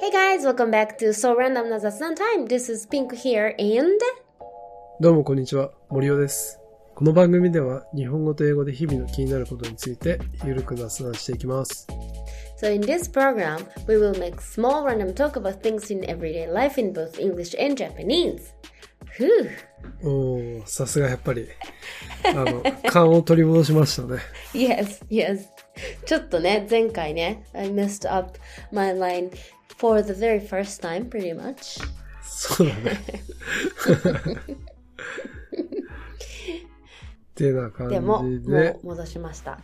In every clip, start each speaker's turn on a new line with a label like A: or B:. A: Hey guys, welcome back to So Random na Zatsudan Time. This is Pink here and
B: どうもこんにちは、森尾です。この番組では日本語と英語で日々の気になることについてゆるく雑談していきます。
A: so in this program, we will make small random talk about things in everyday life in both English and Japanese. Whew.
B: おー、さすがやっぱり、あの、勘を取り戻しましたね。
A: Yes, yes. ちょっとね、前回ね、I messed up my line for the very first time, pretty much.
B: そうだ ね。ってな感
A: でも、
B: じ
A: も
B: で
A: う、戻しま した。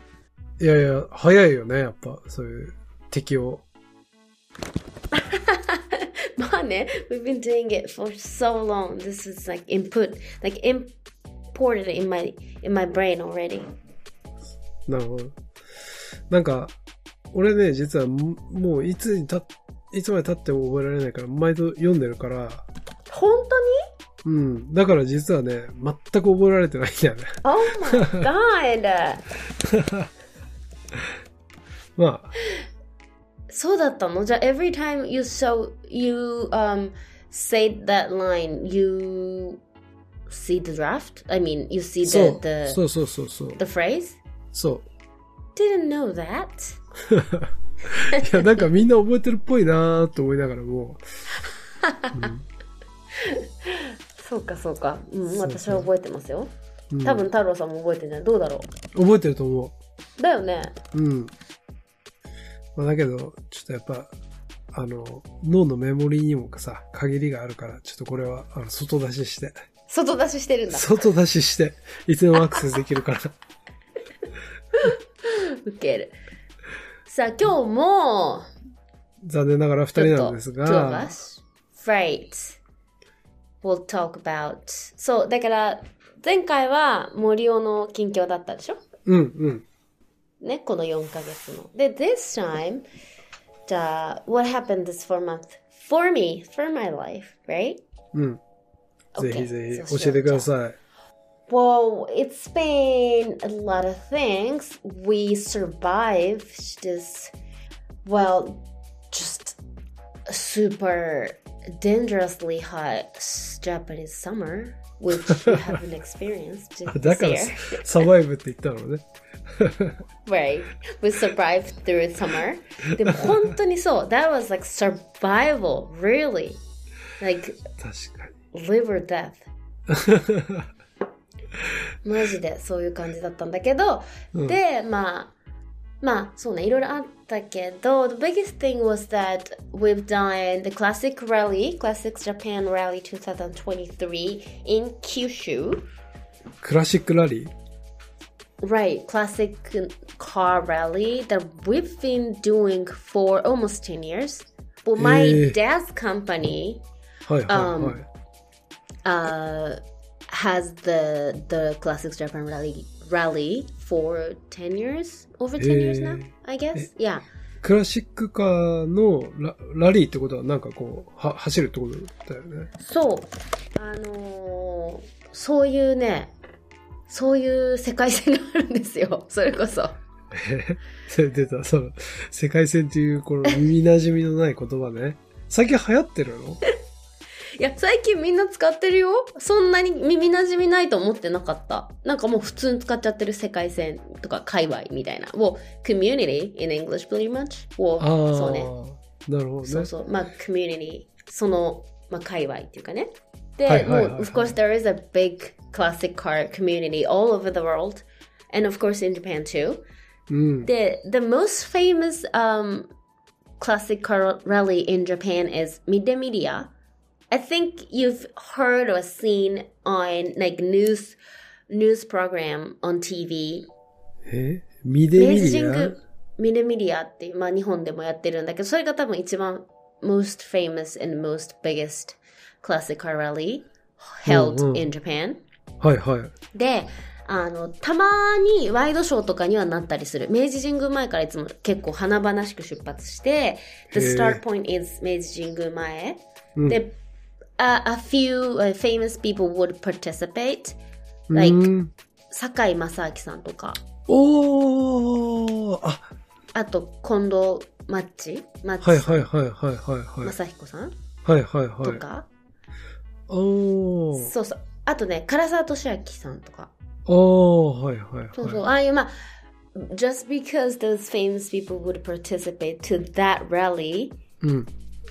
B: いやいや、早いよね、やっぱ、そういう適応。
A: まあね、we've been doing it for so long. This is like input, like imported in my in my brain already.
B: なるほど。なんか、俺ね、実はももういつにた、いつまで経っても覚えられないから、毎度読んでるから、
A: 本当に
B: うん。だから実はね、全く覚えられてないんだよね。
A: Oh my god!
B: まあ、
A: そうだったのじゃあ、every time you so you um say that line, you see the draft? I mean, you see
B: そ
A: the the,
B: う。そうそうそうそう。
A: the phrase?
B: そう。
A: Didn't know that.
B: いや、なんかみんな覚えてるっぽいなーと思いながらも、
A: そうかそうか。うん、
B: そうそう
A: 私は覚えてますよ。
B: うん、
A: 多分太郎さんも覚えてない。どうだろ
B: 覚えてると思
A: うだよね。
B: う。うん。まあ、だけど、ちょっとやっぱ、あの、脳のメモリーにもさ、限りがあるから、ちょっとこれは、あの、外出しして、
A: 外出ししてるんだ。
B: 外出しして、いつでもアクセスできるから。
A: ウケる。さあ、今日も、
B: 残念ながら二人なんです
A: ちょっと two of
B: が、
A: us. Right. We'll talk about. そう、だから、前回は森尾の近況だったでしょ
B: うんうん。
A: ね、この4ヶ月の。で、this time, じゃあ、what happened this four month? For me, for my life, right?
B: うん。
A: Okay,
B: ぜひぜ
A: そう
B: ひ
A: しよ
B: 教え
A: う
B: てください。
A: Well, it's been a lot of things. We survived this, well, just super dangerously hot Japanese summer, which we haven't experienced
B: だ
A: this
B: から
A: year.
B: サバイブって言ったのね。
A: Right. We survived through summer. でも本当にそう。That was like survival, really. Like
B: 確かに。
A: live or death. マジでそういう感じだったんだけど、
B: うん
A: でまあまあそうねいろいろあったけど The biggest thing was that we've done the classic rally classics Japan rally 2023 in Kyushu
B: クラシックラリー
A: Right, classic car rally that we've been doing for almost 10 years. Well, my
B: Eh.
A: dad's company
B: はいはいはい。
A: uh, has the the classics Japan rally rally for 10 years, over 10 years now,
B: Eh.
A: I guess. Yeah.
B: クラシックカーのララリーってことはなんかこう、は走るってことだよね。
A: そう。あのーそういうね、そういう世界線があるんですよ。 それこそ。
B: それ出た、その、世界線っていうこの耳馴染みのない言葉ね。 最近流行ってるの
A: いや、最近みんな使ってるよ。そんなに耳馴染みないと思ってなかった。なんかもう普通に使っちゃってる世界線とか界隈みたいな。Well, community in English pretty much. Well,
B: ああ、
A: そうね。
B: なるほどね。
A: そうそう。まあ、community。その、まあ、界隈っていうかね。で、
B: はいはいはいはい
A: もう、of course there is a big classic car community all over the world. And of course in Japan too.
B: うん。
A: The the most famous um classic car rally in Japan is Midday Media. I think you've heard or seen on like news news program on TV.
B: えミデミリア
A: ミデミリアっていう、まあ、日本でもやってるんだけど、それが多分一番 most famous and most biggest classic car rally held
B: うんうん
A: in Japan.
B: はいはい。
A: であのたまにワイドショーとかにはなったりする明治神宮前からいつも結構華々しく出発して「The
B: へえ
A: start point is 明治神宮前」
B: うん
A: で、あ a, few uh, famous people would participate
B: う
A: like
B: ん。
A: 堺正明さんとか
B: おーあ、
A: あと近藤マッチマッチ、
B: はいはいはいはいはいはい。
A: 正彦さん
B: はいはいは
A: と
B: い。
A: か、
B: おー。
A: そうそうあとね唐沢俊明さんとか
B: おー、はいはいはい。
A: そうそう、ああいうまあ just because those famous people would participate to that rally
B: うん。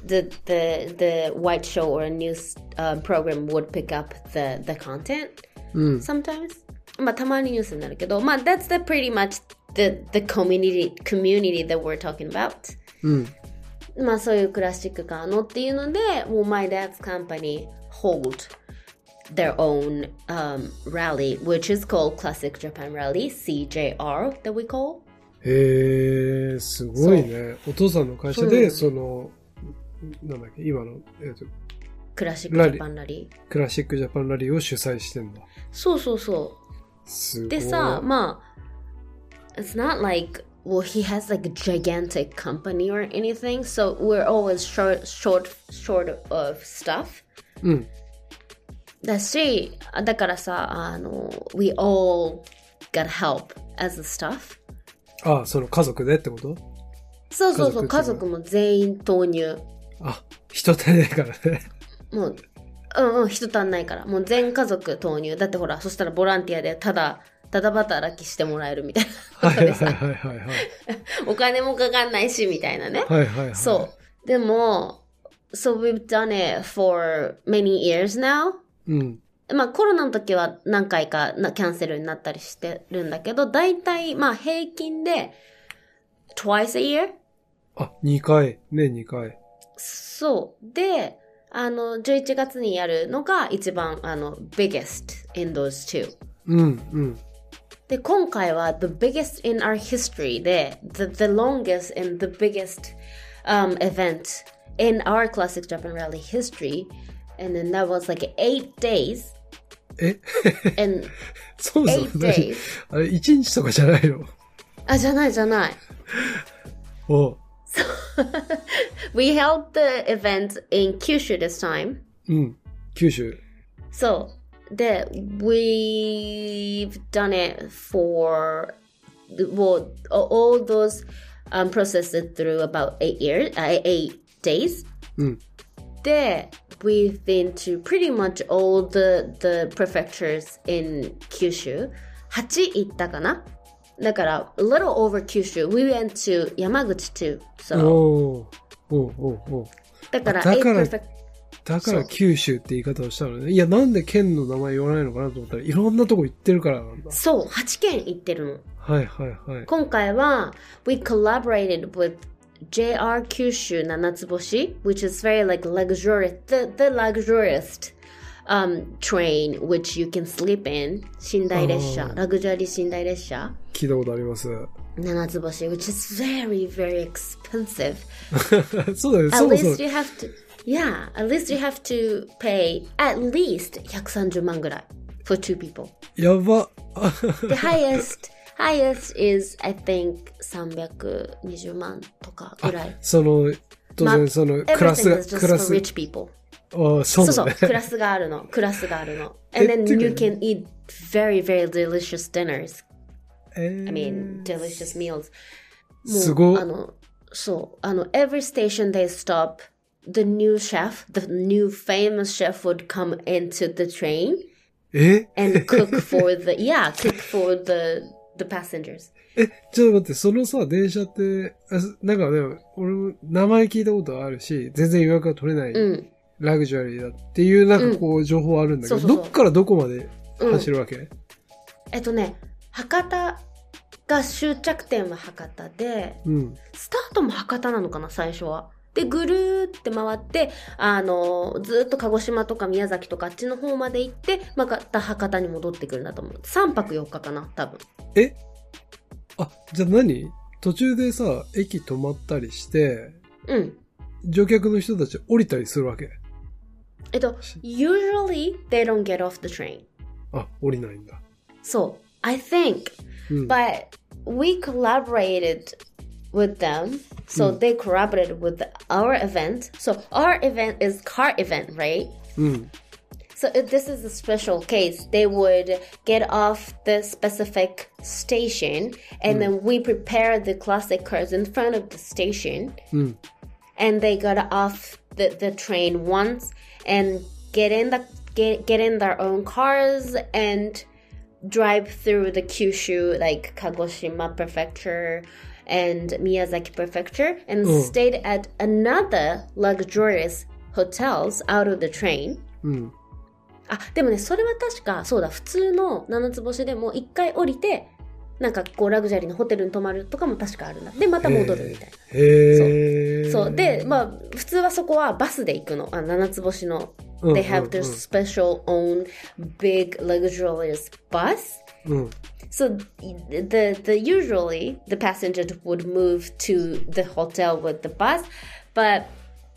A: the the the white show or news uh, program would pick up the the content
B: うん。
A: sometimes まあたまにニュースになるけどまあ that's the pretty much the the community community that we're talking about
B: うん。
A: まあそういうクラシックカーのっていうのでもう my dad's company hold their own um, rally which is called classic japan rally CJR that we call
B: へえ、すごいね。お父さんの会社で、その、なんだっけ、今の、えーと
A: クラシックジャパンラリー
B: クラシックジャパンラリーを主催してんだ。
A: そうそうそう
B: すごい。
A: でさ、まあ、it's not like, well, he has like a gigantic company or anything, so we're always short, short, short of stuff.
B: うん。
A: だし、だからさ、あの、we all got help as a staff.
B: あ、その家族でってこと
A: そうそうそう、
B: 家
A: 家
B: 族
A: 族も全員投入。
B: あ、人足りないからね。
A: もう、うんうん、人足んないから。もう全家族投入。だってほら、そしたらボランティアでただ、ただ働きしてもらえるみたいな
B: は
A: こと
B: い
A: で
B: はい
A: さ、
B: はいはいはい。
A: お金もかかんないし、みたいなね。
B: はいはいはい。
A: そう。でも、so we've done it for many years now.
B: う。うん。
A: まあコロナの時は何回かなキャンセルになったりしてるんだけど、大体まあ平均で twice a year?
B: あ、2回。ね、2回。
A: そう。で、あの、11月にやるのが一番あの、biggest in those two.
B: うん、うん。
A: で、今回は the biggest in our history で、the, the longest and the biggest um, event in our classic Japan rally history. And then that was like eight days.
B: え
A: And
B: そもそも
A: eight
B: 何
A: days.
B: あれ、1日とかじゃないの
A: あ、じゃないじゃない。
B: おう
A: We held the event in Kyushu this time.
B: うん。九州。
A: So, で、we've done it for, well, all those um, processes through about eight years, uh, eight days.
B: うん。
A: で、we've been to pretty much all the, the prefectures in Kyushu. 8行ったかなだから、a little over Kyushu. We went to 山口 too.
B: Oh,
A: So,
B: おーおうおうおう
A: だから、
B: だから
A: eight prefect-
B: だから
A: そう
B: 九州って言い方をしたのね。いや、なんで県の名前言わないのかなと思ったら、いろんなとこ行ってるからなんだ。
A: そう、8県行ってるの。
B: はいはいはい。
A: 今回は we collaborated with JR 九州七つ星 which is very like luxurious the, the luxurious um, train which you can sleep in 寝台列車
B: あー
A: ラグジュアリー寝台列車
B: 聞いたことあります。
A: 七つ星 which is very very expensive
B: そうだよ、そ
A: at
B: もそも
A: least。you have to yeah at least you have to pay at least 130万ぐらい for two people
B: やば。 あ
A: the highest highest is I think 320万とかぐらい
B: その、当然その、クラス
A: Everything
B: が、
A: is just
B: クラ
A: for
B: ス、
A: rich people.
B: あそ
A: そうう
B: だ
A: そう、
B: ね。
A: クラスがあるの、クラスがあるの。
B: え
A: And then
B: てか
A: you can eat very, very delicious dinners.
B: えー
A: I mean, delicious meals.
B: Mm. すご
A: あの、そう、あの、every station they stop, the new chef, the new famous chef would come into the train
B: え
A: and cook for the, yeah, cook for the, the passengers.
B: え、ちょっと待って、そのさ、電車って、あすなんかね、俺も名前聞いたことあるし、全然予約が取れない、
A: うん。
B: ラグジュアリーだっていう、なんかこう、情報はあるんだけど、
A: そうそうそう
B: どっからどこまで
A: うん
B: 走るわけ、
A: えっとね、博多が終着点は博多で、
B: うん。
A: スタートも博多なのかな、最初は。で、ぐるーって回って、あの、ずーっと鹿児島とか宮崎とかあっちの方まで行って、また博多に戻ってくるんだと思う。3泊4日かな、多分。
B: えあ、じゃあ何途中でさ、駅止まったりして、
A: うん。
B: 乗客の人たち降りたりするわけ
A: えっと、usually they don't get off the train.
B: あ、降りないんだ。
A: So, I think,
B: うん。
A: but we collaborated with them. So they collaborated with our event. So our event is car event, right?
B: うん。
A: So if this is a special case, they would get off the specific station, and then we prepare the classic cars in front of the station,
B: うん。
A: and they got off the, the train once and get in the get get in their own cars and drive through the Kyushu like Kagoshima prefecture and Miyazaki prefecture and
B: Mm.
A: stayed at another luxurious hotels out of the train. Ah,
B: うん。
A: あでもねそれは確かそうだ普通の七つ星でも一回降りてなんかこうラグジュアリーのホテルに泊まるとかも確かあるんだでまた戻るみたい
B: へえ。
A: そうでまあ普通はそこはバスで行くのあ七つ星の
B: うん
A: They have their special own big luxurious bus
B: うんうん。
A: So the the usually the passenger would move to the hotel with the bus, but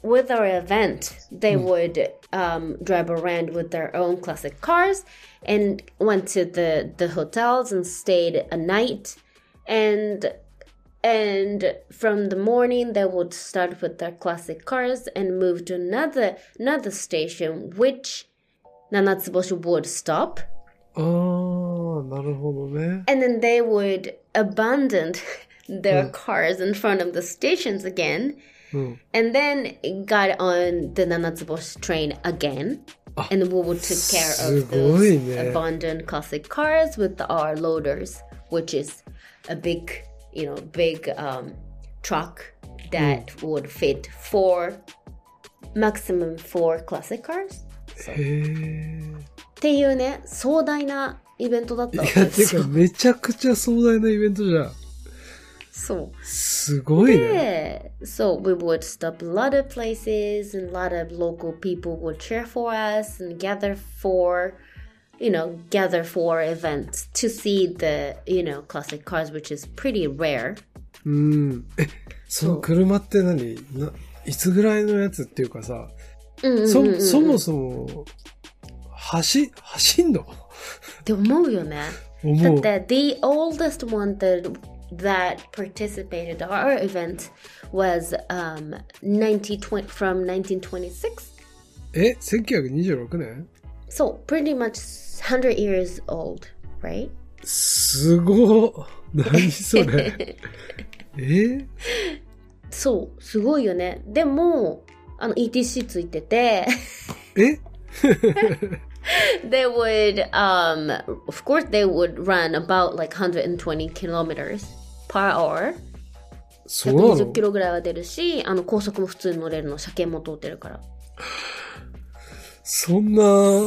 A: with our event, they would um, drive around with their own classic cars and went to the the hotels and stayed a night and and from the morning they would start with their classic cars and move to another another station which Nanatsuboshi would stop
B: あー、なるほどね。
A: and then they would abandon their cars in front of the stations again
B: うん。
A: and then got on the Nanatsuboshi train again
B: Ah,
A: and we would take care of
B: すごい
A: those
B: ね。
A: abandoned classic cars with our loaders which is a big you know big um, truck that would fit four maximum four classic cars
B: へえ。
A: っていうね、
B: い
A: 壮大なイベントだったわけ
B: や、てか、めちゃくちゃ壮大なイベントじゃん。
A: そう。
B: すごいね。
A: Yeah. So we would stop a lot of places and a lot of local people would cheer for us and gather for you know, gather for events to see the, you know, classic cars which is pretty rare.
B: うん。え、その車って何ないつぐらいのやつっていうかさ、そ、そもそも、走、走んの思う。
A: That the oldest one that that participated at our event was um 1920 from 1926.
B: え、1926年
A: So pretty much 100 years old, right?
B: すごっ。何そ れ。え
A: そう、すごいよね。でも、あの、ETC ついてて、
B: え
A: they would, um, of course they would run about like 120 kilometers per hour.
B: そうな
A: 120
B: の
A: キロぐらいは出るし、あの、高速も普通に乗れるの、車検も通ってるから。
B: そんな、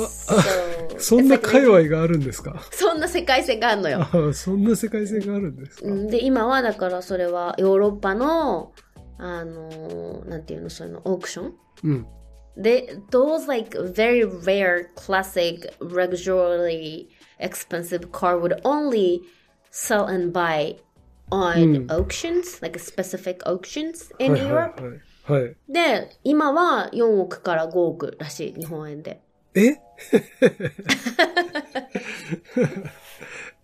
A: そう
B: そんな界隈があるんですか
A: そんな世界線があるのよ。
B: あそんな世界線があるんですか、
A: うんで、今はだからそれはヨーロッパの、あの、なんていうの、そういうの、オークション
B: うん。
A: They, those like very rare classic luxury expensive car would only sell and buy on auctions like specific auctions
B: はい
A: in
B: はい
A: Europe
B: はい。はい。
A: で今は4億から5億らしい日本円で
B: え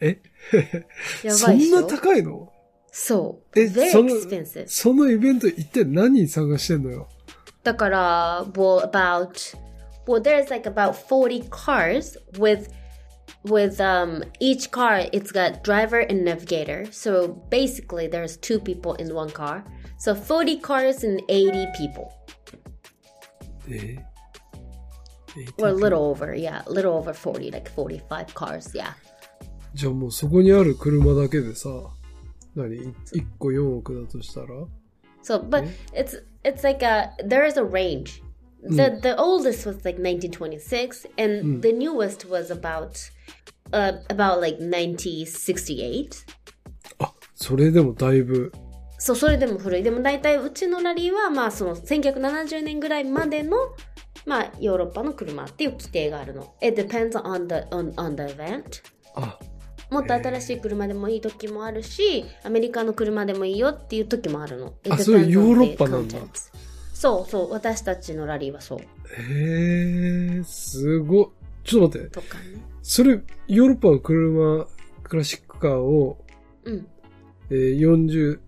B: え
A: や
B: そ
A: ばいっ
B: ん
A: しょ
B: な高いの
A: そう
B: え
A: very
B: その
A: expensive
B: そのイベント一体何探してんのよ
A: だから well about well there's like about 40 cars with with um each car it's got driver and navigator so basically there's two people in one car so 40 cars and 80 people
B: え
A: or a little over yeah a little over 40 like 45 cars yeah
B: じゃあもうそこにある車だけでさ、何 ?1 個4億だとしたら
A: so but it's it's like a there is a range the the oldest was like 1926 and the newest was about uh, about like 1968
B: あ、それでもだいぶ。
A: そう、それでも古い。でも大体うちのラリーは、まあその1970年ぐらいまでの、まあヨーロッパの車っていう規定があるの。It depends on the, on, on the event.
B: あ、
A: もっと新しい車でもいい時もあるし、アメリカの車でもいいよっていう時もあるの。It
B: あそれ
A: depends on the
B: ヨーロッパなんだ
A: contents. そうそう、私たちのラリーはそう。
B: へえー、すごっ。ちょっと待って。
A: とかね。
B: それ、ヨーロッパの車、クラシックカーを、
A: うん。
B: えー40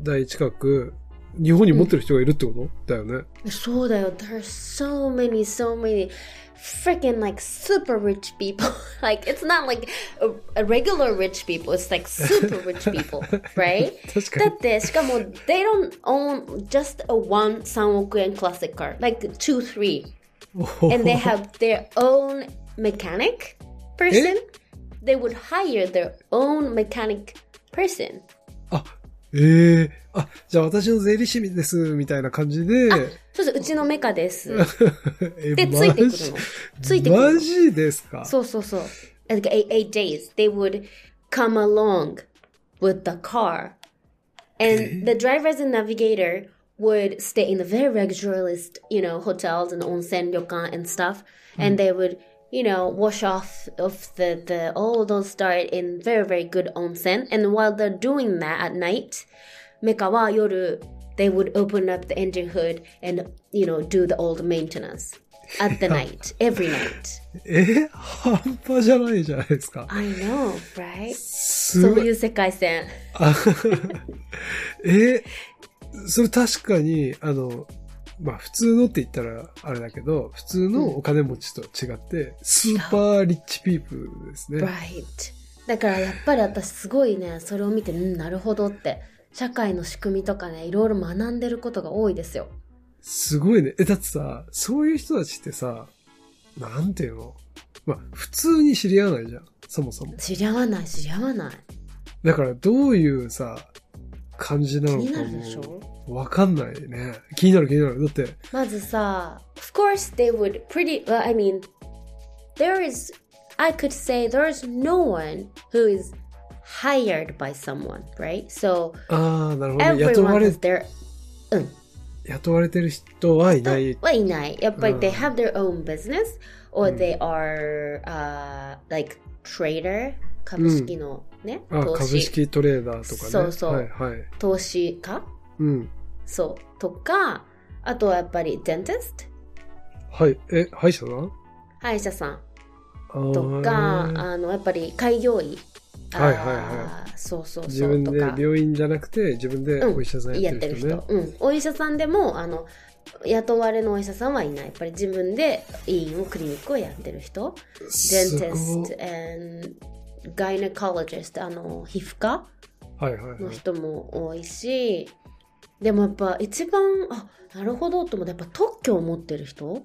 B: 台近く日本に持ってる人がいるってこと、だよね。
A: So though, there are so many, so many freaking like super rich people. like it's not like a, a regular rich people. It's like super rich people, right?
B: 確かに。
A: だってしかも they don't own just a one 3億円 classic car, like two three,
B: おほ
A: and they have their own mechanic person. They would hire their own mechanic person.
B: あ、ええあ、じゃあ私の税理士です、みたいな感じで。
A: そうそう、うちのメカです。
B: え
A: で、ついてくるの。ついてくる
B: マ
A: の。
B: ジですか
A: そうそうそう。Like eight, eight days, they would come along with the car. And the drivers and navigator would stay in the very luxurious, you know, hotels and onsen, ryokan and stuff. And they would, you know, wash off of the, the all those dirt in very, very good onsen. And while they're doing that at night, Meka wa yoru, they would open up the engine hood and, you know, do the old maintenance at the night, every night.
B: え半端じゃないじゃないですか。
A: I know, right?
B: す
A: そう
B: ごい。
A: いう世界線。
B: あ えそれ確かに、あの、まあ普通のって言ったらあれだけど、普通のお金持ちと違って、スーパーリッチピープルですね。
A: Right. だからやっぱり私すごいね、それを見て、うん、なるほどって。社会の仕組みとかね、いろいろ学んでることが多いですよ。
B: すごいね。え、だってさ、そういう人たちってさ、なんていうのまあ普通に知り合わないじゃん。そもそも。
A: 知り合わない、知り合わない。
B: だからどういうさ、感じな
A: 気
B: の
A: にな
B: か
A: るでし
B: も
A: ょ
B: わかんないね。気になる気になる。だって、
A: まずさ、of course they would pretty, well, I mean, there is, I could say there is no one who is hired by someone, right? So
B: ああ、なるほど、ね。雇わ
A: everyone
B: れ
A: is、their
B: 雇われてる人はいない。
A: はいない。やっぱり、
B: うん。
A: they have their own business or they are uh, like trader 株式のね、
B: あ
A: 投資
B: 株式トレーダーとかね。
A: そうそう
B: はいはい。
A: 投資家
B: うん。
A: そうとかあとはやっぱり dentist
B: はい。え、歯医者さん
A: 歯医者さん
B: あー
A: とかあのやっぱり開業医
B: はいはい
A: あ
B: は
A: ーそうそうそう
B: 自分で
A: とか
B: 病院じゃなくて、自分で
A: うん
B: お医者さんや
A: や
B: っ
A: っててる
B: る人
A: 人
B: ね。
A: うん、お医者さんでもあの雇われのお医者さんはいないやっぱり自分で医院をクリニックをやってる人
B: すごい
A: dentist and gynecologist あの皮膚科
B: はいはい
A: の
B: はい。
A: 人も多いし、でもやっぱ一番あなるほどと思ってやっぱ特許を持ってる人、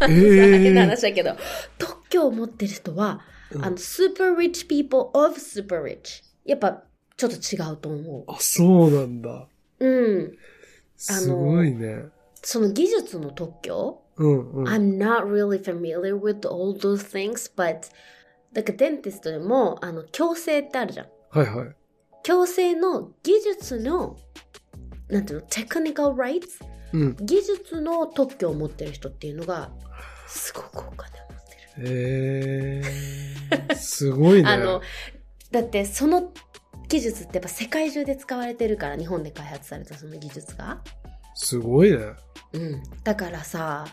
A: 変な
B: え
A: 話だけど特許を持ってる人は、
B: うん
A: あの super rich people of super rich やっぱちょっと違うと思
B: あ、そうなんだ。
A: ううん
B: すごいね。
A: その技術の特許、
B: うんうん。
A: I'm not really familiar with all those things but だからデンティストでもあの矯正ってあるじゃん
B: はいはい。
A: 強制の技術のなんていうのテクニカル・ライツ
B: うん。
A: 技術の特許を持ってる人っていうのがすごくお金を持ってる、
B: えー、すごいね。
A: あのだってその技術ってやっぱ世界中で使われてるから日本で開発されたその技術が、
B: すごいね。
A: うん、だからさ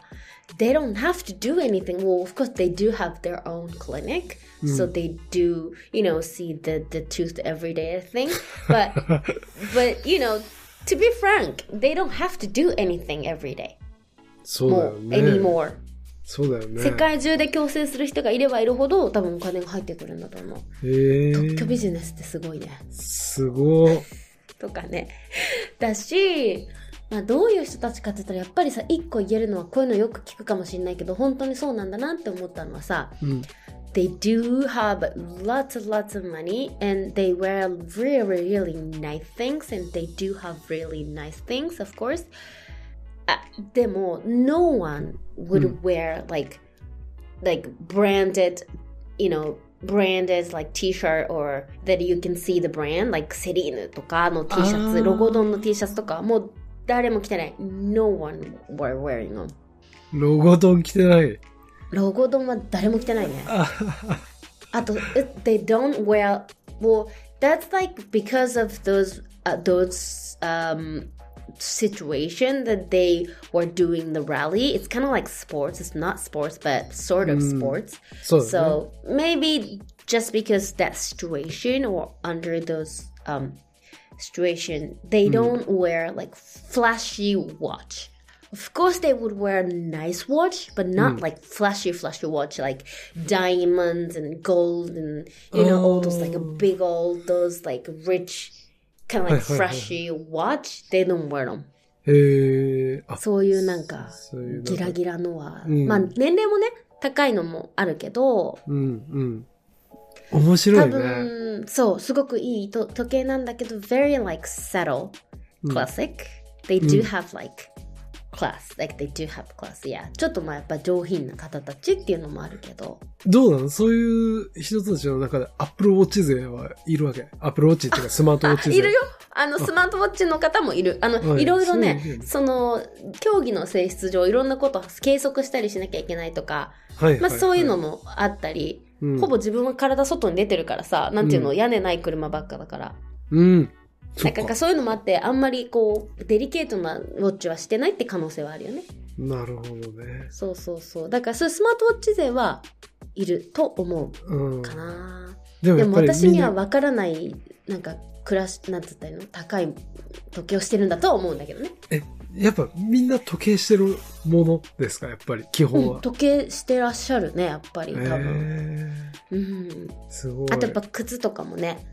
A: they don't have to do anything well of course they do have their own clinic、
B: うん
A: so they do you know see the the tooth every day I think but But you know, to be frank, they don't have to do anything every day.
B: そうだ
A: も
B: よ
A: う、
B: ね。
A: anymore、
B: そうだよね。
A: 世界中で強制する人がいればいるほど多分お金が入ってくるんだと思う。
B: え
A: 特許
B: ー、
A: ビジネスってすごいね。
B: すごい。
A: とかね。だし、まあどういう人たちかって言ったらやっぱりさ、一個言えるのはこういうのよく聞くかもしれないけど、本当にそうなんだなって思ったのはさ、
B: うん。
A: They do have lots and lots of money and they wear really, really nice things and they do have really nice things, of course. あでも、no one
B: う
A: would
B: ん
A: wear like, like branded, you know, branded like t-shirt or that you can see the brand, like セリーヌとかの T シャ
B: あ
A: ツ、
B: ー
A: ロゴドンの T シャツとか、もう誰も着てない。No one were wearing them.
B: ロゴドン着てない。
A: ロゴドンは誰も着てないね。
B: あはは
A: あと、え they don't wear, well, that's like because of those,、those uh, um, situation that they were doing the rally. It's kind of like sports. It's not sports, but sort of
B: うん
A: sports.
B: そうだね。
A: So maybe just because that situation or under those um, situation.
B: Hmm.
A: They don't wear like flashy watch. Of course, they would wear a nice watch, but
B: Hmm.
A: not like flashy, flashy watch like diamonds and gold and you know all those like a
B: Oh. Hmm.
A: big old those like rich kind of like
B: はいはいはい。
A: flashy watch. They don't wear them.
B: へえ。あ、
A: そういうなんか
B: そういうなんか
A: ギラギラのは、
B: うん
A: まあ年齢もね高いのもあるけど。
B: うんうん。面白
A: 多
B: いね。
A: 分、そう、すごくいいと時計なんだけど、very like subtle
B: うん
A: classic.、they do
B: うん
A: have like class. Like they do have class. Yeah. ちょっとまあやっぱ上品な方たちっていうのもあるけど。
B: どうなのそういう人たちの中でアップルウォッチ勢はいるわけアップルウォッチっていうかスマートウォ
A: あ
B: ッチ勢。
A: いるよあのスマートウォッチの方もいるあの、
B: はい
A: い、ろいろ
B: そういう
A: ね
B: の
A: その競技の性質上いろんなことを計測したりしなきゃいけないとか、
B: はいはい
A: ま
B: は
A: あ、そういうのもあったり、
B: うん
A: ほぼ自分は体外に出てるからさなんていうの、
B: うん
A: 屋根ない車ばっかだから
B: うん。そ
A: な
B: っ
A: んか
B: か
A: なんかそういうのもあってあんまりこうデリケートなウォッチはしてないって可能性はあるよね
B: なるほどね。
A: そうそうそうだからそういうスマートウォッチ勢はいると思
B: うん
A: う。かな、
B: でも
A: で
B: やっ
A: も
B: ぱり
A: 私
B: みん
A: には
B: な、
A: 分からないなんか暮らしなんつったらいいの高い時計をしてるんだとは思うんだけどね、
B: やっぱみんな時計してるものですかやっぱり、基本
A: うん、
B: は。
A: 時計してらっしゃるねやっぱり多分、
B: へ
A: うん、
B: ーすごい。
A: あとやっぱ靴とかもね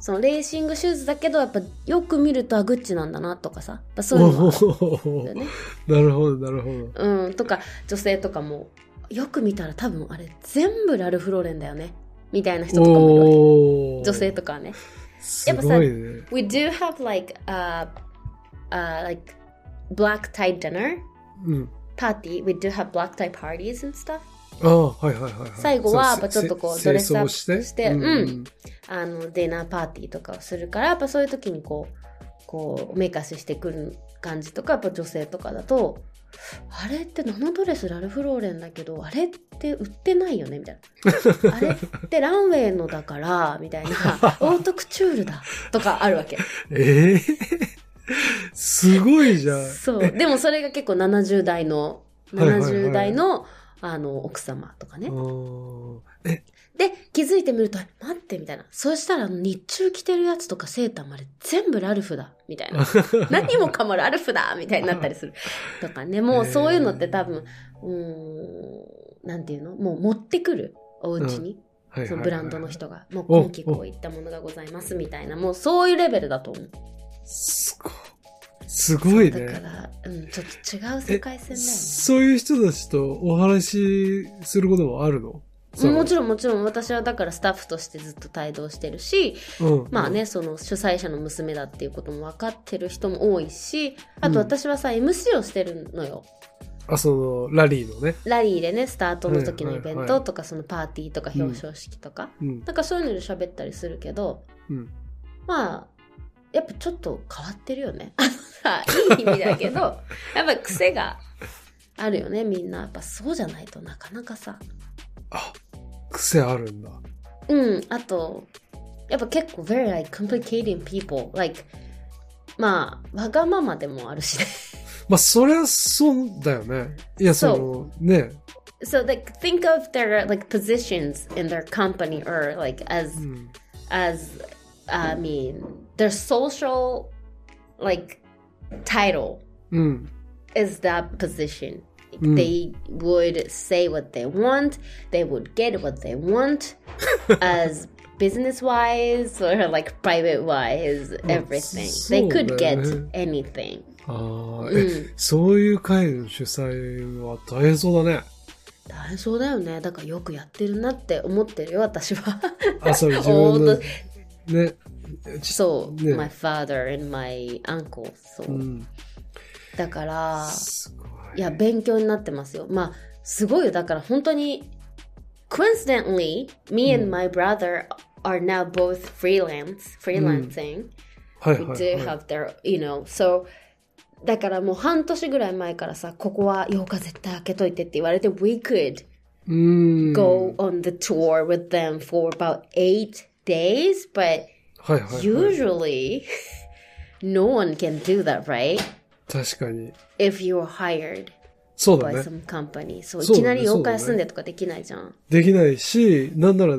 A: そのレーシングシューズだけどやっぱよく見るとあグッチなんだなとかさやっぱそういうのはあるよ
B: おお
A: ね
B: なるほど、なるほど。
A: うん、とか女性とかもよく見たら多分あれ全部ラルフローレンだよねみたいな人とかもいるわけ
B: おお
A: 女性とかはね
B: す
A: やっぱさ
B: ごいね。
A: We do have like a, a like black tie dinner
B: うん。
A: party we do have black tie parties and stuff
B: ああ、はいはいはいはい。
A: 最後はやっぱ
B: そう
A: ちょっとこう
B: せ
A: ドレスアップ
B: 清掃
A: してうん。あのディナーパーティーとかをするからやっぱそういう時にこうこうメイクアップしてくる感じとかやっぱ女性とかだとあれってナノドレスラルフローレンだけどあれって売ってないよねみたい なあれってランウェイのだからみたいなオートクチュールだとかあるわけ
B: ええ すごいじゃん。
A: そうでもそれが結構70代の
B: はいはいはい
A: 70代のあの奥様とかね
B: おー
A: で、気づいてみると、あ待って、みたいな。そしたら、日中着てるやつとかセーターまで全部ラルフだ、みたいな。何もかもラルフだ、みたいになったり する。とかね、 もうそういうのって多分、うーん、なんていうのもう持ってくる。お家に、
B: はいはいはい
A: そのブランドの。人が、もう今季こういったものがございます、みたいな。もうそういうレベルだと思う。
B: すごい。すごい
A: だか
B: ね。
A: ら、うん、ちょっと違う世界線だよね。
B: そういう人たちとお話しすることもあるの
A: もちろんもちろん私はだからスタッフとしてずっと帯同してるし、
B: ろん
A: まあ。ね、その主催者の娘だっていうことも分かってる人も多いしあと私はさ、MC をしてるのよ
B: あ、その、ラリーのね。
A: ラリーでねスタートの時のイベン
B: はいはいは
A: ト
B: い
A: とかそのパーティーとか表彰式とか、
B: うん。
A: なんかそういうので喋ったりするけど
B: うん。
A: まあやっぱちょっと変わってるよね あのさいい意味だ けどやっぱ癖があるよねみんなやっぱそうじゃないとなかなかさ
B: あ、癖あるんだ。
A: うん、あと、やっぱ結構 very like complicating people. Like, まあ、わがままでもあるしね。
B: まあ、そりゃそうだよね。いや、その、ね。
A: so, like, think of their like positions in their company or like as,
B: うん。
A: as, I mean, their social like title
B: うん。
A: is that position.
B: Mm.
A: They would say what they want, they would get what they want as business wise or like private wise, everything. They could get
B: so
A: anything.
B: ああ、
A: うん
B: え、そういう会の主催は大変そうだね。
A: 大変そうだよね。だからよくやってるなって思ってるよ、私は。
B: あ、 そう、自分の
A: おー、
B: ね。
A: そう、
B: ね
A: my father and my uncle. そう。
B: うん。
A: だから、
B: すごい。
A: いや、勉強になってますよ。まあ、すごいよ。だから本当に、coincidentally, me and my brother are now both freelance, freelancing.
B: は
A: We
B: いはい、はい。
A: do have their, you know, so, だからもう半年ぐらい前からさ、ここは8日絶対開けといてって言われて、we could
B: うーん。
A: go on the tour with them for about eight days, but
B: はいはい、はい。
A: usually no one can do that, right?
B: 確かに。
A: If you're hired.
B: そうだ
A: by
B: ね。
A: some company そうい
B: そう
A: き
B: だ
A: な
B: ね
A: り8
B: そう
A: 日
B: だね
A: 休んでとかできないじゃん
B: できないし、なんなら、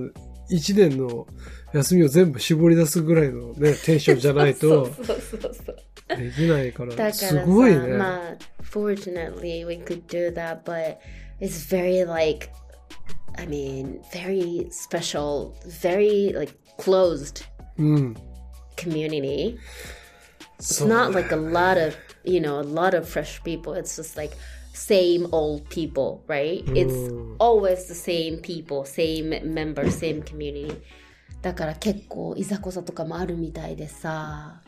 B: 一年の休みを全部絞り出すぐらいのね、テンションじゃないと
A: そうそうそうそう
B: できないから、
A: だか
B: す
A: らさ、
B: ごいね。
A: まあ、fortunately we could do that, but it's very like, I mean, very special, very like closed
B: うん。
A: community.
B: そ
A: It's
B: う
A: not like a lot of, you know, a lot of fresh people. It's just like same old people, right? It's
B: うん
A: always the same people, same member, same community. だから結構いざこざとかもあるみたいでさ。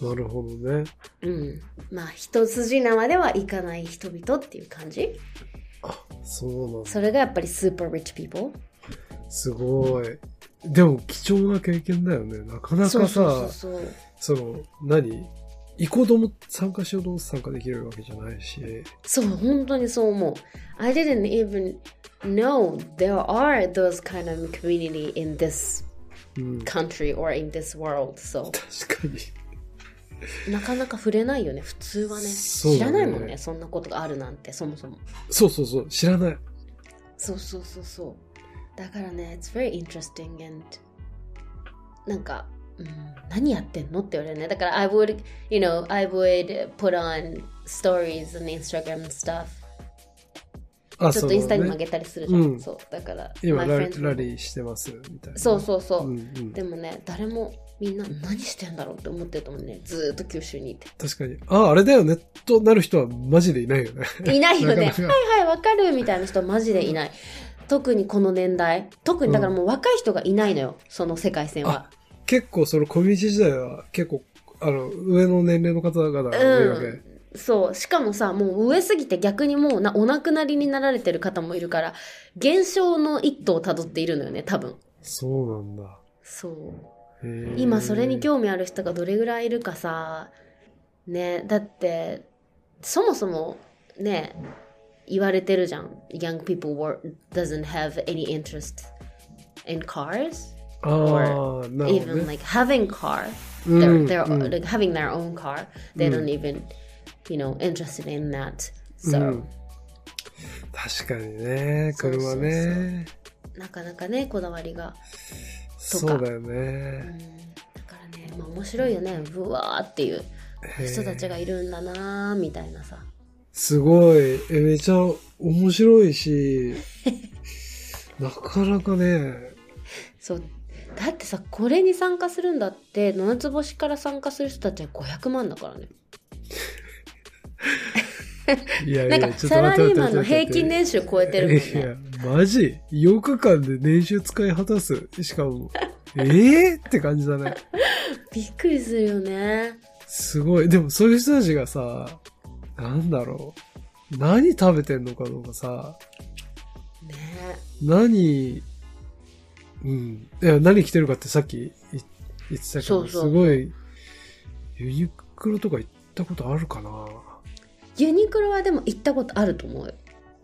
B: なるほどね。
A: うん、まあ一筋縄ではいかない人々っていう感じ
B: そうなんだ
A: それがやっぱりスーパーリッチピーポ
B: すごい。でも貴重な経験だよね。なか
A: ー
B: なか
A: そう
B: さ、
A: そ
B: そう
A: そうそう
B: の、何行こうとも参加しようとも参加できるわけじゃないし。
A: そう本当にそう思う I didn't even know there are those kind of community in this
B: うん。
A: country or in this world so
B: 確かに。
A: なかなか触れないよね普通はね
B: そうだ
A: 知
B: ね
A: らないもんねそんなことがあるなんてそもそも
B: そうそうそう、知らない。
A: そうそうそうそうだからね It's very interesting and なんか、うん、何やってんのって言われるねだから I would you know I would put on stories and Instagram and stuff ち
B: あ、
A: ょっ
B: そ
A: とインスタにも上
B: ね、
A: げたりするじゃん、
B: うん
A: そうだから
B: 今
A: my
B: ラ
A: friends
B: リ、
A: も
B: ラリーしてます、みたいな。
A: そうそうそう、
B: うんうん
A: でもね誰もみんな何してんだろうって思ってると思うねずーっと九州にいて
B: 確かに。あ、あれだよね、となる人はマジでいないよね。
A: いないよね。
B: なかなか
A: はいはい、わかるみたいな人マジでいない。特にこの年代。特にだからもう若い人がいないのよ。その世界線は。
B: 結構そのコミュニティ時代は結構、あの、上の年齢の方々が多いわけ。
A: うんそう。しかもさ、もう上すぎて逆にもうなお亡くなりになられてる方もいるから、減少の一途をたどっているのよね、多分。
B: そうなんだ。
A: そう。
B: へー
A: 今それに興味ある人がどれぐらいいるかさ、ね、だって、そもそもね、言われてるじゃん。Young people were, doesn't have any interest in cars.
B: ああ、なるほど
A: even
B: ね。
A: like having car
B: うん
A: they're, they're
B: うん
A: like having their own car they don't even you know interested in that so、
B: うん確かにね、
A: そうそうそう
B: 車ね。
A: なかなかねこだわりが、
B: そう
A: とか
B: だよ
A: う
B: ね。
A: ん、だからね、まあ、面白いよねうわーっていう
B: へー
A: 人たちがいるんだなーみたいなさ
B: すごい。え、めちゃ面白 いし、なかなかね、
A: そうだってさこれに参加するんだって七つ星から参加する人たちは500万だからね
B: いやい
A: な
B: や、
A: んか
B: ちょっ
A: サ
B: と
A: ラ
B: 待
A: リ
B: っ
A: ー
B: て
A: マン
B: 待って
A: の
B: 待っ
A: 平
B: て
A: 均年収超えてるもん
B: い
A: ね
B: や、 マジ ?8 日間で年収使い果たす。しか も、ええって感じだね。
A: びっくりするよね
B: すごい。でもそういう人たちがさ、なんだろう。何食べてんのかとかさ、
A: ね
B: 何、うん。いや、何着てるかってさっき言言ってたけど、
A: そうそうそう
B: すごい、ユニクロとか行ったことあるかな
A: ユニクロはでも行ったことあると思うよ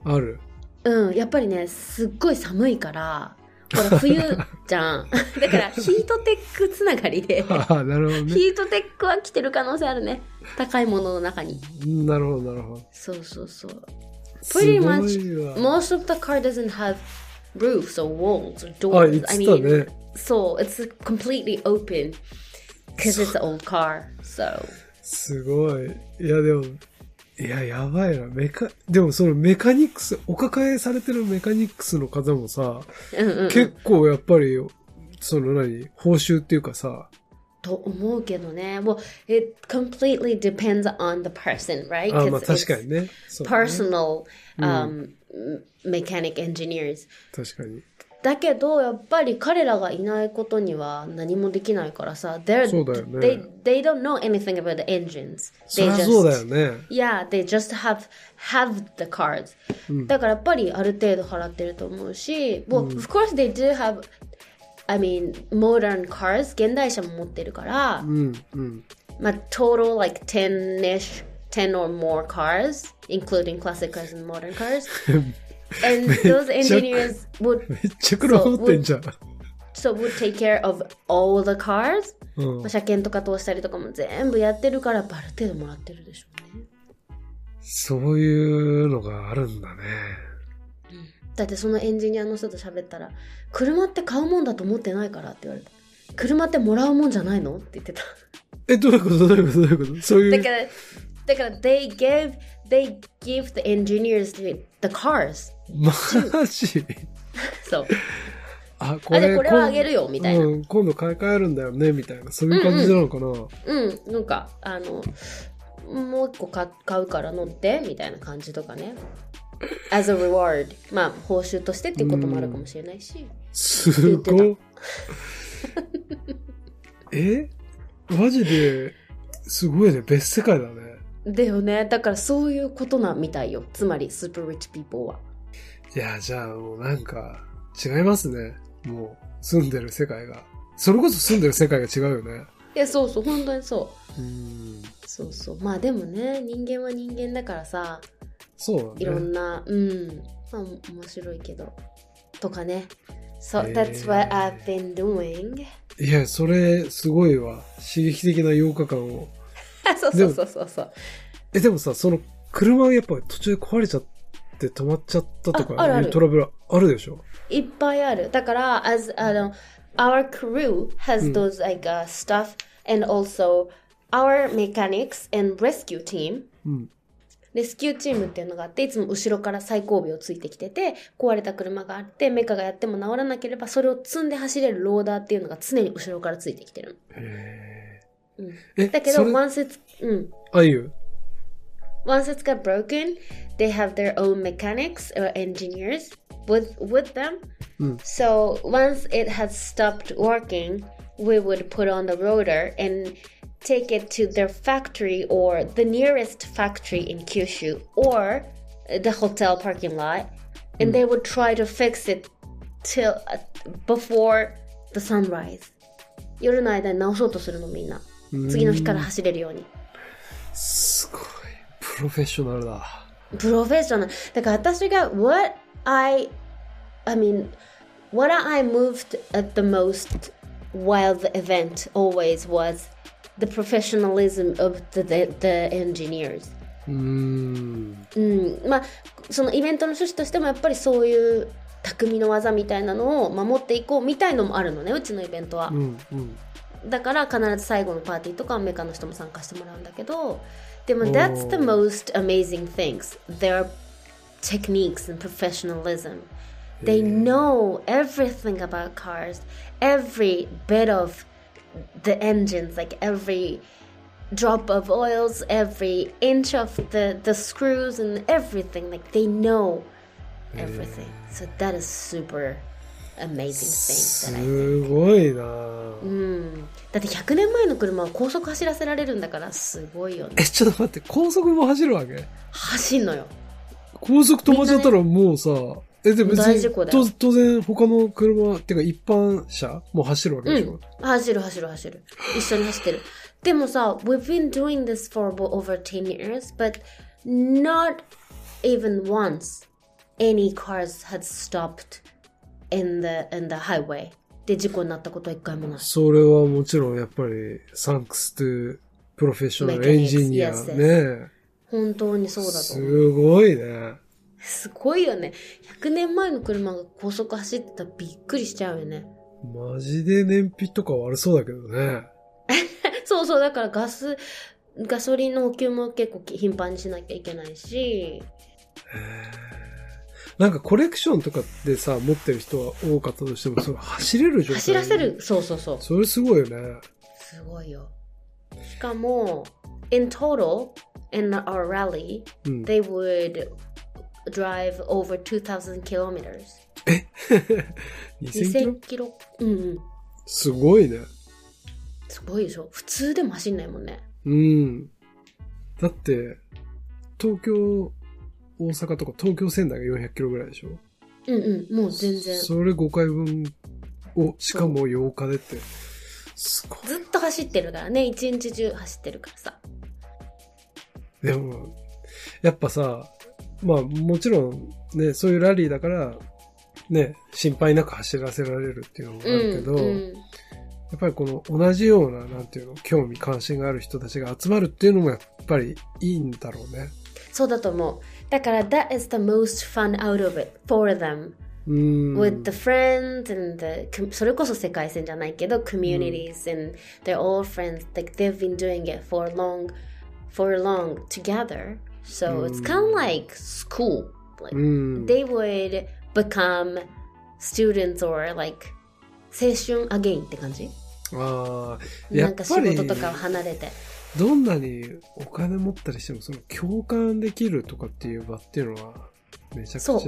B: ある。
A: うん、やっぱりね、すっごい寒いから、ほら、冬じゃ ん。だから、ヒートテックつながりで、
B: ああ、なるほどね。
A: ヒートテックは来てる可能性あるね。高いものの中に。
B: なるほど、なるほど。
A: そうそうそう。
B: す
A: Pretty
B: ご
A: much
B: いわ。
A: Most of the car doesn't have roofs or walls or
B: あ、言っ
A: doors.
B: て
A: I
B: た
A: mean,
B: ね。
A: so it's completely open because it's an old car. So,
B: すごい。いや、でも、いや、やばいな。メカ、でもそのメカニックス、お抱えされてるメカニックスの方もさ、
A: うんうんうん、
B: 結構やっぱり、その何、報酬っていうかさ、
A: と思うけどね。Well, it completely depends on the person, right?
B: あまあ
A: 'Cause it's-
B: 確かにね。そうだね
A: personal、um, mechanic engineers
B: 確かに。
A: だけどやっぱり彼らがいないことには何もできないからさ they're-
B: そうだよね
A: they, they don't know anything about the engines
B: そりゃそうだよね。
A: yeah they just have have the cards、だからやっぱりある程度払ってると思うし、well, of course they do have I mean modern cars 現代車も持ってるから、
B: うん、うん。
A: まあ total like 10-ish 10 or more cars including classic cars and modern cars and those engineers would
B: めっちゃ車持ってんじゃん。
A: so would take care of all the cars、
B: うん
A: まあ、車検とか通したりとかも全部やってるからやっぱある程度もらってるでしょうね
B: そういうのがあるんだね。
A: だってそのエンジニアの人と喋ったら「車って買うもんだと思ってないから」って言われた「車ってもらうもんじゃないの?」って言ってた
B: え、どういうことどういうことどういうこ とそうい
A: だ
B: う
A: か。らだから they gave they give the engineers the the cars
B: マジ
A: そう
B: あ、こ
A: あじゃあこれはあげ
B: る
A: るよみたいな
B: うん、今度買い替えるんだよね、みたいな。そういう感じなのかな、
A: うん、なんかあのもう一個買買うから乗ってみたいな感じとかね as a reward まあ報酬としてっていうこともあるかもしれないし、
B: すごっえマジで、すごいね。別世界だね。
A: だよねだからそういうことなみたいよつまりスーパーリッチピーポーはい
B: や、じゃあもうなんか、違いますね。もう、住んでる世界が。それこそ住んでる世界が違うよね。
A: いやそうそう本当にそう
B: うーん。
A: そうそうまあでもね人間は人間だからさ
B: そう
A: い
B: だ
A: ろ
B: ね。
A: んな、うんまあ面白いけどとかね So
B: へー
A: that's what I've been doing
B: いや、それ、すごいわ。刺激的な8日間を。
A: そうそうそうそうそう
B: え、でもさ、その、車がやっぱ途中で壊れちゃって止まっちゃったと
A: あある
B: か
A: あ
B: い
A: る
B: うトラブルあるでしょ
A: いっぱいある。だから、as, あの、our crew
B: う
A: has
B: ん
A: those、like、uh, stuff and also our mechanics and rescue team
B: うん。
A: レスキューチームっていうのがあって、いつも後ろから最後尾をついてきてて、壊れた車があって、メカがやっても治らなければ、それを積んで走れるローダーっていうのが常に後ろからついてきてる
B: へ
A: の。うん、
B: え。え、
A: だけ
B: そ
A: ど、
B: れ
A: once it's, うん。
B: あ、いいよ。
A: Once it's got broken, they have their own mechanics or engineers with with them.
B: Mm.
A: So once it has stopped working, we would put on the rotor and take it to their factory or the nearest factory in Kyushu or the hotel parking lot, and they would try to fix it till uh, before the sunrise. 夜の間に直そうとするのみんな。次の日から走れるように。
B: すごい。プロフェッショナルだ。
A: プロフェッショナル。だから私が、what I, I mean, what I moved at the most while the event always was the professionalism of the, the, the engineers.
B: うーん。
A: うん、まあそのイベントの趣旨としてもやっぱりそういう匠の技みたいなのを守っていこうみたいのもあるのねうちのイベントは。
B: うん、うん。
A: だから必ず最後のパーティーとかはメカの人も参加してもらうんだけどでも
B: おー
A: That's the most amazing things their techniques and professionalism they know everything about cars every bit of the engines like every drop of oils every inch of the the screws and everything like they know everything so that is super amazing thing that I
B: すごいな
A: うん、だって100年前の車を高速走らせられるんだからすごいよね
B: え、ちょっと待って、高速も走るわけ
A: 走んのよ
B: 高速止まっちゃったらもうさ、え、でも別
A: 大事
B: に
A: 故だよ
B: と当然他の車、ってか一般車も走るわけ
A: う
B: でしょ、
A: ん走る走る走る一緒に走ってるでもさ We've been doing this for about over 10 years but not even once any cars had stopped in the, in the highway で事故になったことは一回もない
B: それはもちろんやっぱり、サンクスとプロフェッショナル
A: Mechanics,
B: エンジニア
A: yes,
B: ね。
A: 本当にそうだと思う
B: すごいね。
A: すごいよね100年前の車が高速走ってたらびっくりしちゃうよね
B: マジで燃費とか悪そうだけどね。
A: そうそう、だからガス、ガソリンの補給も結構頻繁にしなきゃいけないし、
B: なんかコレクションとかでさ、持ってる人は多かったとしても、それ走れる状態。
A: 走らせ。る、そうそうそう。
B: それすごいよね。
A: すごいよ。しかも、in total, in our rally,
B: うん。
A: they would drive over 2,000 kilometers.
B: 2000キロ
A: 2000キロ。うんうん。
B: すごいね。
A: すごいでしょ。普通でも走んないもんね。
B: うん。だって、東京、大阪とか東京仙台が400キロぐらいでしょ
A: うんうん。もう全然。ず
B: それ5回分を、しかも8日でって、すごい。
A: っと走ってるからね。一日中走ってるからさ。
B: でも、やっぱさ、まあもちろんね、そういうラリーだから、ね、心配なく走らせられるっていうのもあるけど、
A: うん
B: やっぱりこの同じような、なんていうの、興味関心がある人たちが集まるっていうのもやっぱりいいんだろうね。
A: そうだと思う。だから、that is the most fun out of it for them.
B: うーん。
A: with the friends and the com- それこそ世界線じゃないけど communities、and they're all friends like they've been doing it for long for long together so it's kind of like school like
B: うん。
A: they would become students or like 青春 again って感じ
B: ああ、
A: な
B: や
A: ん
B: っ
A: か
B: ぱ
A: 仕
B: り
A: 事と、かを離れて
B: どんなにお金持ったりしても、その共感できるとかっていう場っていうのは、めちゃくちゃ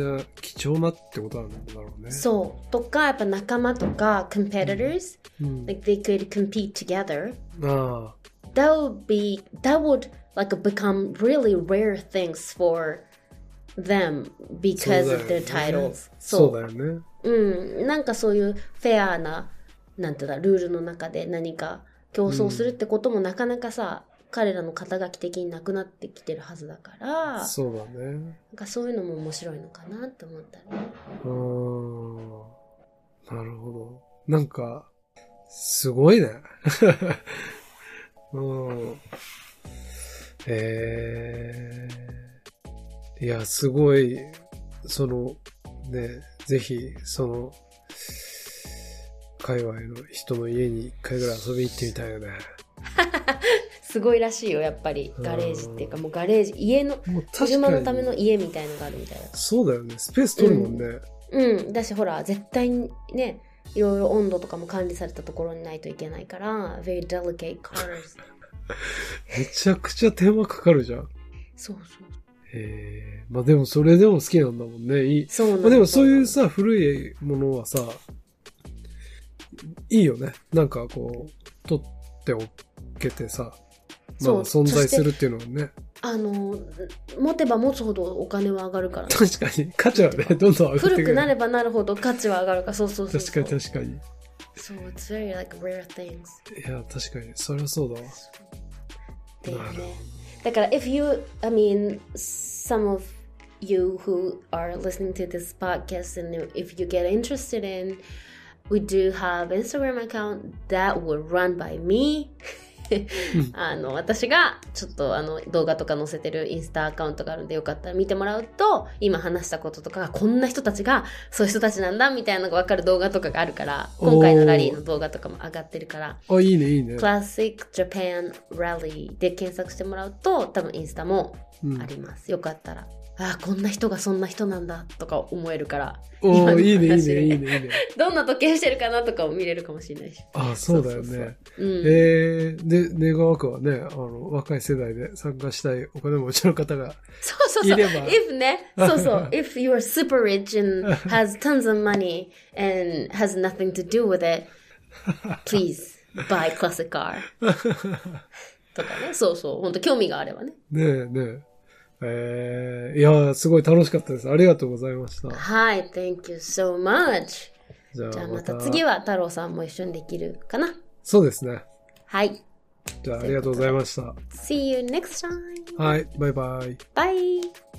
B: 貴重なってことなんだろうね。
A: そうとかやっぱ仲間とか competitors、
B: うん。
A: like they could compete together
B: ああ、
A: that would be that would like become really rare things for them
B: そうだ
A: because
B: よ
A: of
B: ね
A: their titles
B: そうだよね。
A: う、うん、なんかそういうフェアななんていうんだルールの中で何か競争するってこともなかなかさ、彼らの肩書き的になくなってきてるはずだからなん
B: そうだね。
A: かそういうのも面白いのかなって思ったね
B: うーん。なるほど。なんか、すごいね。 うん。えー。いや、すごい、その、ね、ぜひ、その、界隈の人の家に一回ぐらい遊びに行ってみたいよね。
A: すごいらしいよやっぱりガレージっていうかもうガレージ家の
B: もう確かに。
A: 車のための家みたいのがあるみたいな
B: そうだよね。スペース取るもんね。
A: うん、だしほら絶対にねいろいろ温度とかも管理されたところにないといけないから very delicate cars
B: めちゃくちゃ手間かかるじゃん。
A: そうそう
B: へえ。まあでもそれでも好きなんだもんね。いい。
A: そうなの
B: まあでもそういうさ、古いものはさ、いいよね。なんかこう、取っておけてさ、まあ
A: そう
B: 存在するっていうのはね。
A: あの持てば持つほどお金は上がるから、ね、
B: 確かに。価値はね、どんどん上がってく
A: 古
B: る。
A: くなればなるほど価値は上がるからそうそうそう
B: 確か
A: そう
B: に確かに。い
A: そう it's very like rare things
B: や、確かに。そりゃそうだわ。
A: っていうねだから if you I mean some of you who are listening to this podcast and if you get interested in we do have Instagram account that will run by me あの私がちょっとあの動画とか載せてるインスタアカウントがあるんでよかったら見てもらうと今話したこととかこんな人たちがそういう人たちなんだみたいなのが分かる動画とかがあるから今回のラリーの動画とかも上がってるから
B: あ、いいね、いいね。
A: Classic Japan Rally で検索してもらうと多分インスタも
B: うん
A: あります、よかったらあーこんな人がそんな人なんだとか思えるから
B: お
A: 今の
B: ー、いいね、いい
A: 話
B: ね、
A: で
B: いいね、いいね。
A: どんな時計してるかなとかも見れるかもしれないし、
B: あ、そうだよね。
A: うん
B: えー、で、願わくはね、あの、若い世代で参加したいお金持ちの方が
A: そうそうそ
B: いうれば
A: if ねそうそう if you are super rich and has tons of money and has nothing to do with it please buy classic car とかねそうそう本当興味があればね
B: ねえねえ。えー、いやー、すごい楽しかったです。ありがとうございました。
A: はい thank you so much
B: じゃ
A: じゃあ
B: あ
A: ま
B: また。
A: た次は太郎さんも一緒にできるかな
B: そうですね。
A: はい。
B: じゃあありがとうございました。
A: See you next time!
B: はい、バイバイ。
A: Bye!